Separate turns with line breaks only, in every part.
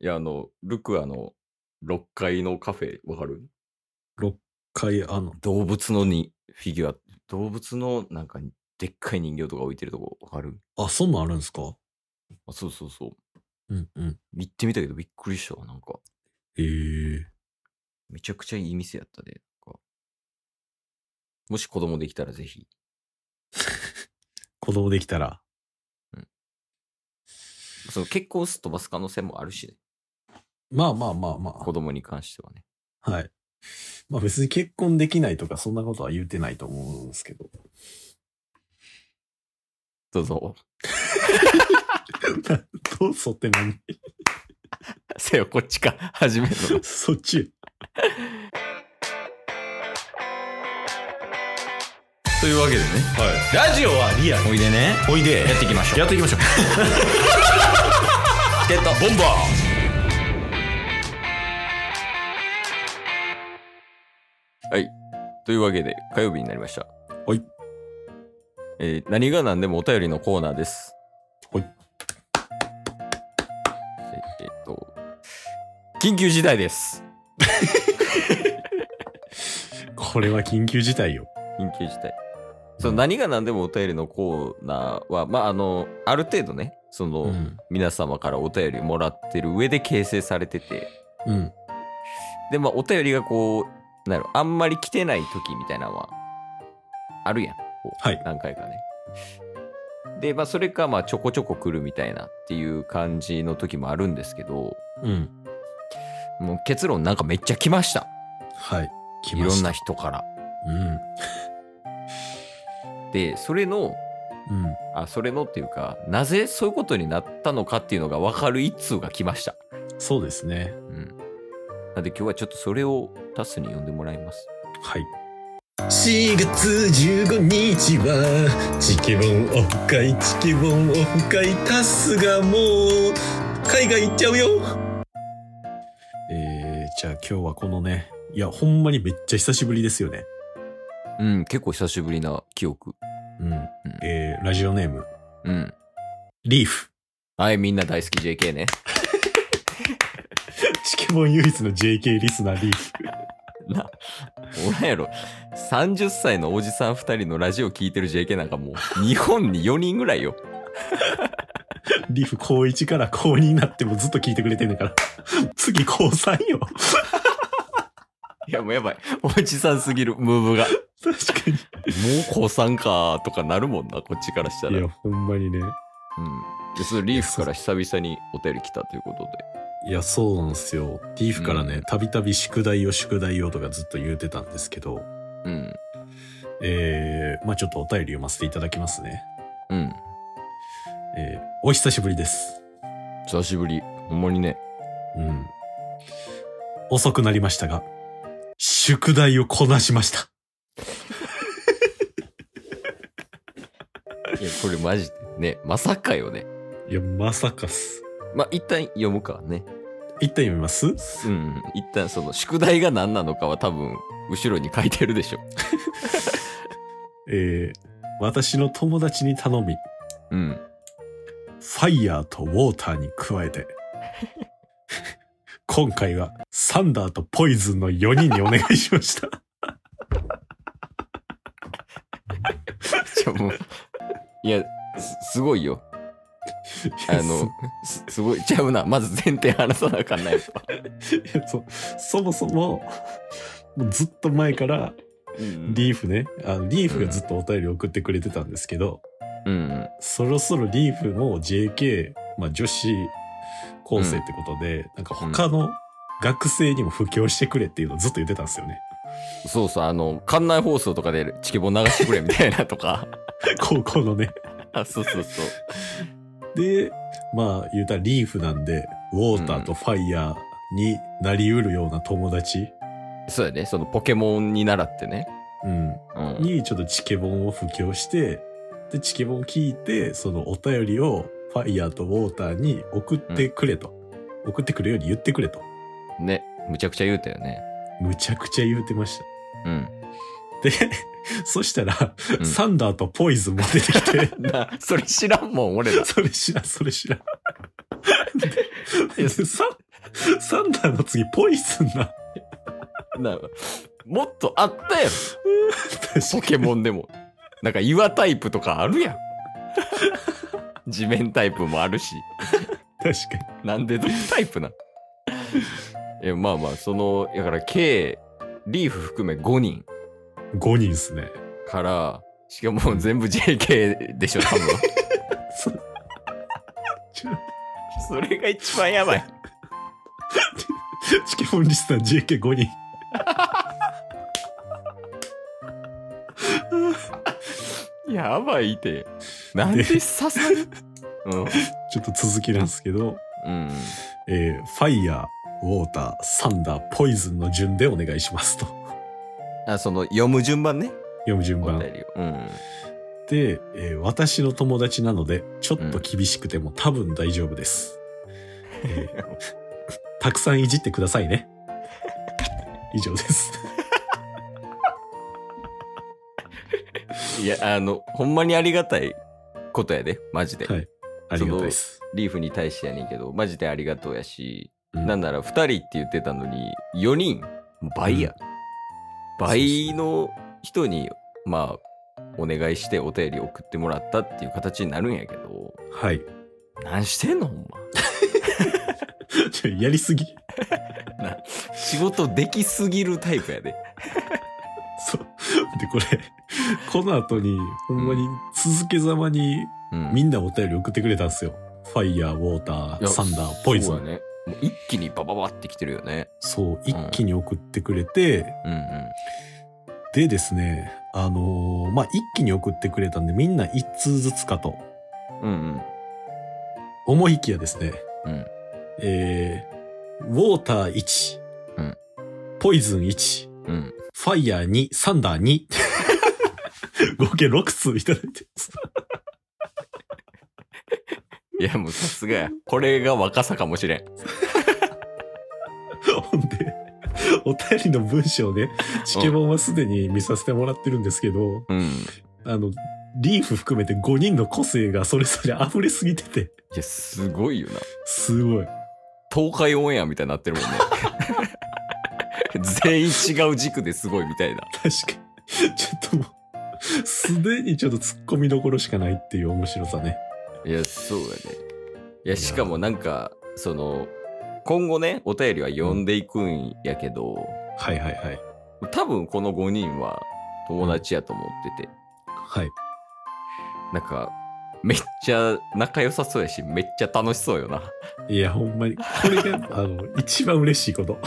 いや、あの、ルクアの6階のカフェ、わかる
6回あの、
動物のにフィギュア、動物のなんかでっかい人形とか置いてるとこわかる
あ、そんなんあるんですか
あ、そうそうそう。
うんうん。
行ってみたけどびっくりしたわ。なんか、
へえ。
めちゃくちゃいい店やったで。なんかもし子供できたらぜひ。
子供できたら。
その結構すっ飛ばす可能性もあるしね、
まあまあまあま
子供に関してはね。
あ。はい。まあ別に結婚できないとかそんなことは言うてないと思うんですけど。
どうぞ。
どうぞって何
せよ、こっちか。始めるの。
そっち。
というわけでね。
はい。ラジオはリア
おいでね。
おいで
やっていきましょう。
っていきましょう。
ってた。ボンバーはい。というわけで、火曜日になりました。
はい。
えー何が何でもお便りのコーナーです。
はい
え。えっと、緊急事態です。
これは緊急事態よ。
緊急事態。その何が何でもお便りのコーナーは、まあ、あの、ある程度ね、その、
うん。
皆様からお便りもらってる上で形成されてて、
うん。
でまあお便りがこうなんやろあんまり来てない時みたいなのはあるやんこう
はい
何回かねでまあそれかまあちょこちょこ来るみたいなっていう感じの時もあるんですけど
うん。
もう結論なんかめっちゃ来ました
はい。来
い
ま
ろん
し
な
た。
人からでそれの
うん。うん。
あそれのっていうかなぜそういうことになったのかっていうのが分かる一通が来ました
そうですね。
うんなんで今日はちょっとそれをタスに呼んでもらいます
はい。4月15日は、チケボンオフ会、チケボンオフ会、タスがもう、海外行っちゃうよえー、じゃあ今日はこのね、いや、ほんまにめっちゃ久しぶりですよね。
うん結構久しぶりな記憶
うん。えー、ラジオネーム、
うん
リーフ。
はい、みんな大好き JK ね。
チケボン唯一の JK リスナーリーフ。
な、おらんやろ。30歳のおじさん2人のラジオ聞いてる JK なんかもう、日本に4人ぐらいよ。
リーフ高1から高2になってもずっと聞いてくれてんだから。 次高3よ。
いや、もうやばい。おじさんすぎる、ムーブが。もう
確かに。
高3かとかなるもんな、こっちからしたら。
いうや、
ん。
ほんまにね。
で、そのリーフから久々にお便り来たということで。
いや、そうなんですよ。リーフから
う
ね
ん、
たびたび宿題を宿題をとかずっと言うてたんですけど、
うん。
えー、まあちょっとお便り読ませていただきますね。
うん。
えー、お久しぶりです。
久しぶり。ほんまにね。
うん。遅くなりましたが、宿題をこなしました。
いや、これマジで。ね、まさかよね。
いや、まさかっす。
まあ、一旦読むかね。
一旦読みます
うん。一旦その、宿題が何なのかは多分、後ろに書いてるでしょ。
えー、私の友達に頼み、
うん。
ファイヤーとウォーターに加えて、 今回はサンダーとポイズンの4人にお願いしました。
ちょもういやすすごいよあ のすすごいちゃうなまず前提話さなあかんないやっぱ、
いや そうそもそももうずっと前から
うん
リーフねあのリーフがずっとお便り送ってくれてたんですけど、
うん
そろそろリーフも JK、まあ、女子高生ってことで、なんか他の学生にも布教してくれっていうのをずっと言ってたんですよね。
そうそうあの館内放送とかでチケボン流してくれみたいなとか
高校のね。
あ そうそうそう
で、まあ言うたらリーフなんで、ウォーターとファイヤーになりうるような友達、
そうやねそのポケモンに習ってね
うん、
うん
にちょっとチケボンを布教して、で、チケボンを聞いて、そのお便りをファイヤーとウォーターに送ってくれと。送ってくるように言ってくれと。
ねむちゃくちゃ言うたよね
むちゃくちゃ言うてました。
うん、
で、 そしたら、
うん
サンダーとポイズンも出てきて、
なそれ知らんもん俺ら
それ知らん、それ知らん。ででサンサンダーの次、ポイズンな。
なもっとあったやろ
確
ポケモンでも。なんか岩タイプとかあるやん。地面タイプもあるし。
かに。確かに。
なんでどのタイプ なんえ、まあまあ、その、だから計、リーフ含め5人
5人っすね。
から、しかも全部 JK でしょ、多分。
そちょ
それが一番やばい。
チケモンリスナー JK5 人。
やばいって。なんで刺さるうん。
ちょっと続きなんですけど、
うん。
えー、ファイヤー、ウォーター、サンダー、ポイズンの順でお願いしますと。
あ、その、読む順番ね。
読む順
お
番。
便りを。うん。
で、えー私の友達なので、ちょっと厳しくても多分大丈夫です。え ーたくさんいじってくださいね。以上 です。
いや、あの、ほんまにありがたいことやで、マジで。
はいありがたいです。
リーフに対してやねんけど、マジでありがとうやし、
うん
なんなら2人って言ってたのに、4人、もう倍や。
うん
倍の人に、まあ、お願いしてお便り送ってもらったっていう形になるんやけど、
はい。
何してんのほん
ちょやりすぎ。
ま。な仕事できすぎるタイプやで。
そう。で、これ、この後に、ほんまに続けざまに、
うん
みんなお便り送ってくれたんですよ。ファイヤー、ウォータ
い
ー、
や
サンダー、ポイズン。
そうやね。もう一気にバババってきてるよね。
そう、一気に送ってくれて、
うんうん。
でですね、あのーまあ、一気に送ってくれたんで、みんな一通ずつかと
うん
思いきやですね、
うん
えー、ウォーター1、
うん
ポイズン1、
うん。うん。
ファイヤー2、サンダー2。合計6通いただいてます。
いやもうさすがや。これが若さかもしれん。
ほんで、お便りの文章をね、チケボンはすでに見させてもらってるんですけど、
うん。い
あの、リーフ含めて5人の個性がそれぞれ溢れすぎてて、
や、すごいよな。
すごい。
東海オンエアみたいになってるもんね。全員違う軸ですごいみたいな。
確かに。ちょっともう、すでにちょっと突っ込みどころしかないっていう面白さね。
いや、そうやね。いや、しかもなんか、その、今後ね、お便りは読んでいくんやけど、
はいはいはい。
多分この5人は友達やと思ってて、
はい。
なんか、めっちゃ仲良さそうやし、めっちゃ楽しそうよな。
いや、ほんまに。これが、あの、一番嬉しいこと。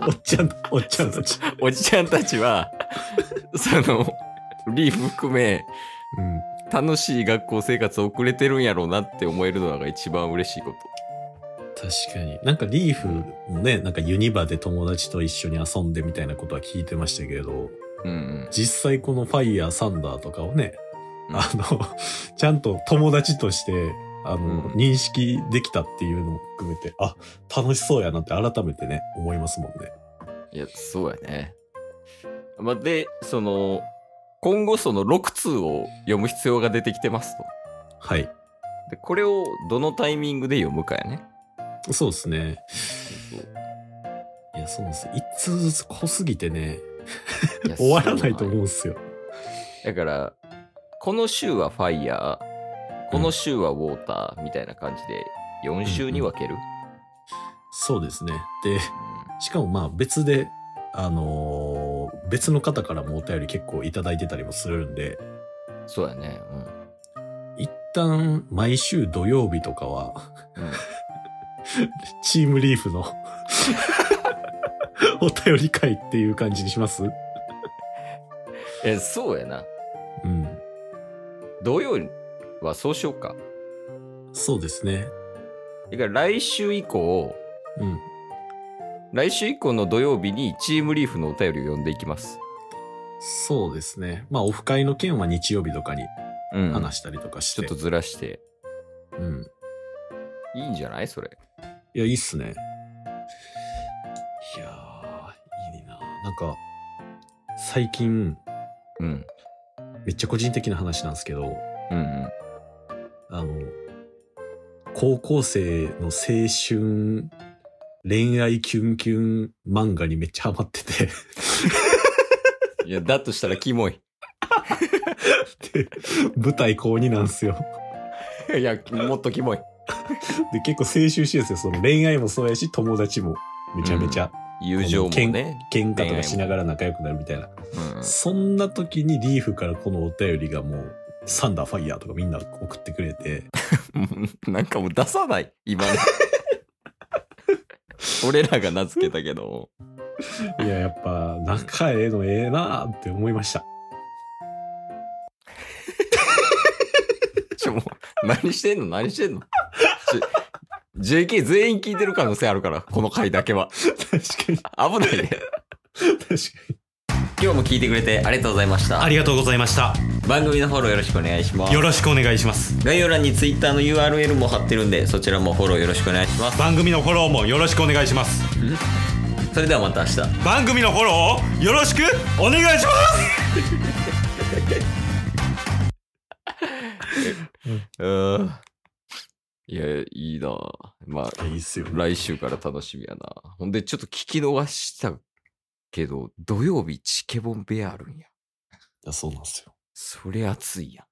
おっちゃん、おっちゃんたち。
おじちゃんたちは、 その、リーフ含め、
うん。
楽しい学校生活を送れてるんやろうなって思えるのが一番嬉しいこと。
確かに。なんかリーフもね、なんかユニバで友達と一緒に遊んでみたいなことは聞いてましたけれど、
うんうん。
実際このファイヤーサンダーとかをね、
うん
あの、 ちゃんと友達として、あの、
うん
認識できたっていうのも含めて、あ、楽しそうやなって改めてね、思いますもんね。
いや、そうやね。まあ、で、その、今後その6通を読む必要が出てきてますと。
はい。
で、これをどのタイミングで読むかやね。
そうですね。いや、そうなんです。一通ずつ濃すぎてね、
いや
終わらないと思うん
そ
ですよ。
うなんやだから、この週はファイヤー、この週はウォーターみたいな感じで4週に分ける。
そうですね。で、
うん
しかもまあ別で、あのー別の方からもお便り結構いただいてたりもするんで、
そうやね。
一旦毎週土曜日とかは、
うん。うん、
チームリーフのお便り会っていう感じにします
え、そうやな。
うん。
土曜はそうしようか。
そうですね。
だから来週以降、
うん。
来週以降の土曜日にチームリーフのお便りを読んでいきます。
そうですね。まあオフ会の件は日曜日とかに
うん。
話したりとかし
ちょ
て。
っとずらして。
うん。
いいんじゃないそれ。
いや、いいっすね。いやー、いいななんか、最近、
うん。
めっちゃ個人的な話なんですけど、
うんうん。
あの、高校生の青春恋愛キュンキュン漫画にめっちゃハマってて
いや、だとしたらキモい。
で舞台高2なんですよ。
いや、もっとキモい。
で、結構青春してるんですよ。その恋愛もそうやし、友達もめちゃめちゃ
友情もね。
喧嘩とかしながら仲良くなるみたいな。
うん
そんな時にリーフからこのお便りがもう、サンダーファイヤーとかみんな送ってくれて、
うんなんかもう出さない、今 の。俺らが名付けたけど。
いや、やっぱ仲ええのええなーって思いました。
ちょ、もう、何してんの何してんのち ?JK 全員聞いてる可能性あるから、この回だけは。
確かに、
危ないね。
確かに。
今日も聞いてくれてありがとうございました。
ありがとうございました。
番組のフォローよろしくお願いします
よ。ろしくお願いします。
概要欄に Twitter の URL も貼ってるんで、そちらもフォローよろしくお願いします。
番組のフォローもよろしくお願いします。
それではまた明日。
番組のフォローをよろしくお願いします
うん。いや、いいなあまあ、
いいっすよね。
来週から楽しみやな。ほんで、ちょっと聞き逃したけど、土曜日チケボンベアあるんや。
そうなんですよ。
それ熱いやん。